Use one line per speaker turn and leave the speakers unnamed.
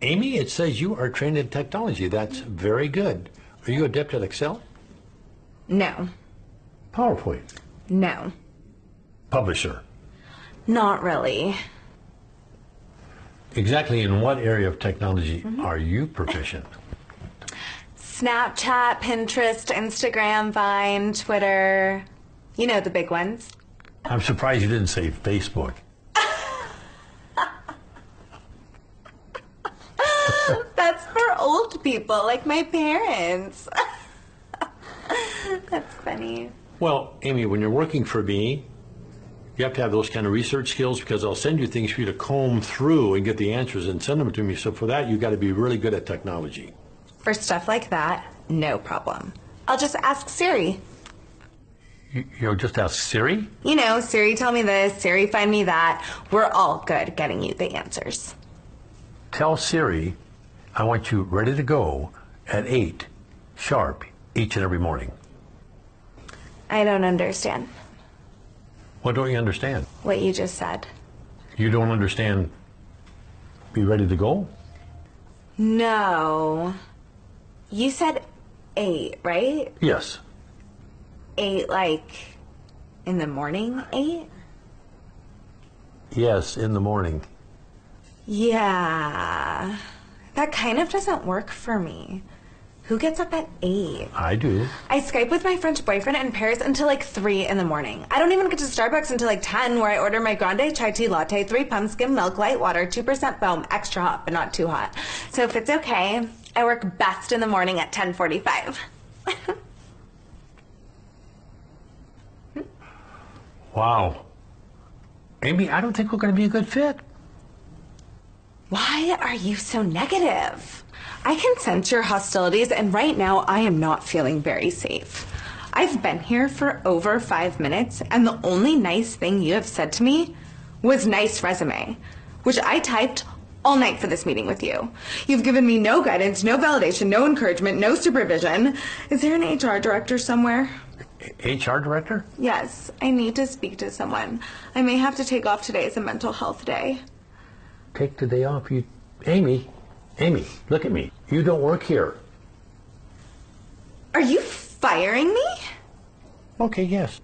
Amy, it says you are trained in technology. That's very good. Are you adept at Excel?
No.
PowerPoint.
No.
Publisher.
Not really.
Exactly in what area of technology are you proficient?
Snapchat, Pinterest, Instagram, Vine, Twitter. You know the big ones.
I'm surprised you didn't say Facebook.
That's for old people, like my parents. That's funny.
Well, Amy, when you're working for me, you have to have those kind of research skills because I'll send you things for you to comb through and get the answers and send them to me. So for that, you've got to be really good at technology.
For stuff like that, no problem. I'll just ask Siri.
You, you know, just ask Siri.
You know, Siri, tell me this, Siri, find me that. We're all good at getting you the answers.
Tell Siri, I want you ready to go at eight sharp each and every morning.
I don't understand
What don't you understand?
what you just said.
You don't understand. Be ready to go.
No. You said eight, right?
Yes.
Eight, like in the morning, eight?
Yes, in the morning.
Yeah. That kind of doesn't work for me. Who gets up at eight?
I do.
I Skype with my French boyfriend in Paris until like three in the morning. I don't even get to Starbucks until like 10, where I order my grande chai tea latte, three pumpkin milk, light water, 2% foam, extra hot, but not too hot. So if it's okay, I work best in the morning at 1045.
Wow. Amy, I don't think we're going to be a good fit.
Why are you so negative? I can sense your hostilities, and right now I am not feeling very safe. I've been here for over five minutes, and the only nice thing you have said to me was nice resume, which I typed all night for this meeting with you. You've given me no guidance, no validation, no encouragement, no supervision. Is there an HR director somewhere?
HR director?
Yes, I need to speak to someone. I may have to take off today as a mental health day.
Take the day off. You, Amy, Amy, look at me. You don't work here.
Are you firing me?
Okay, yes.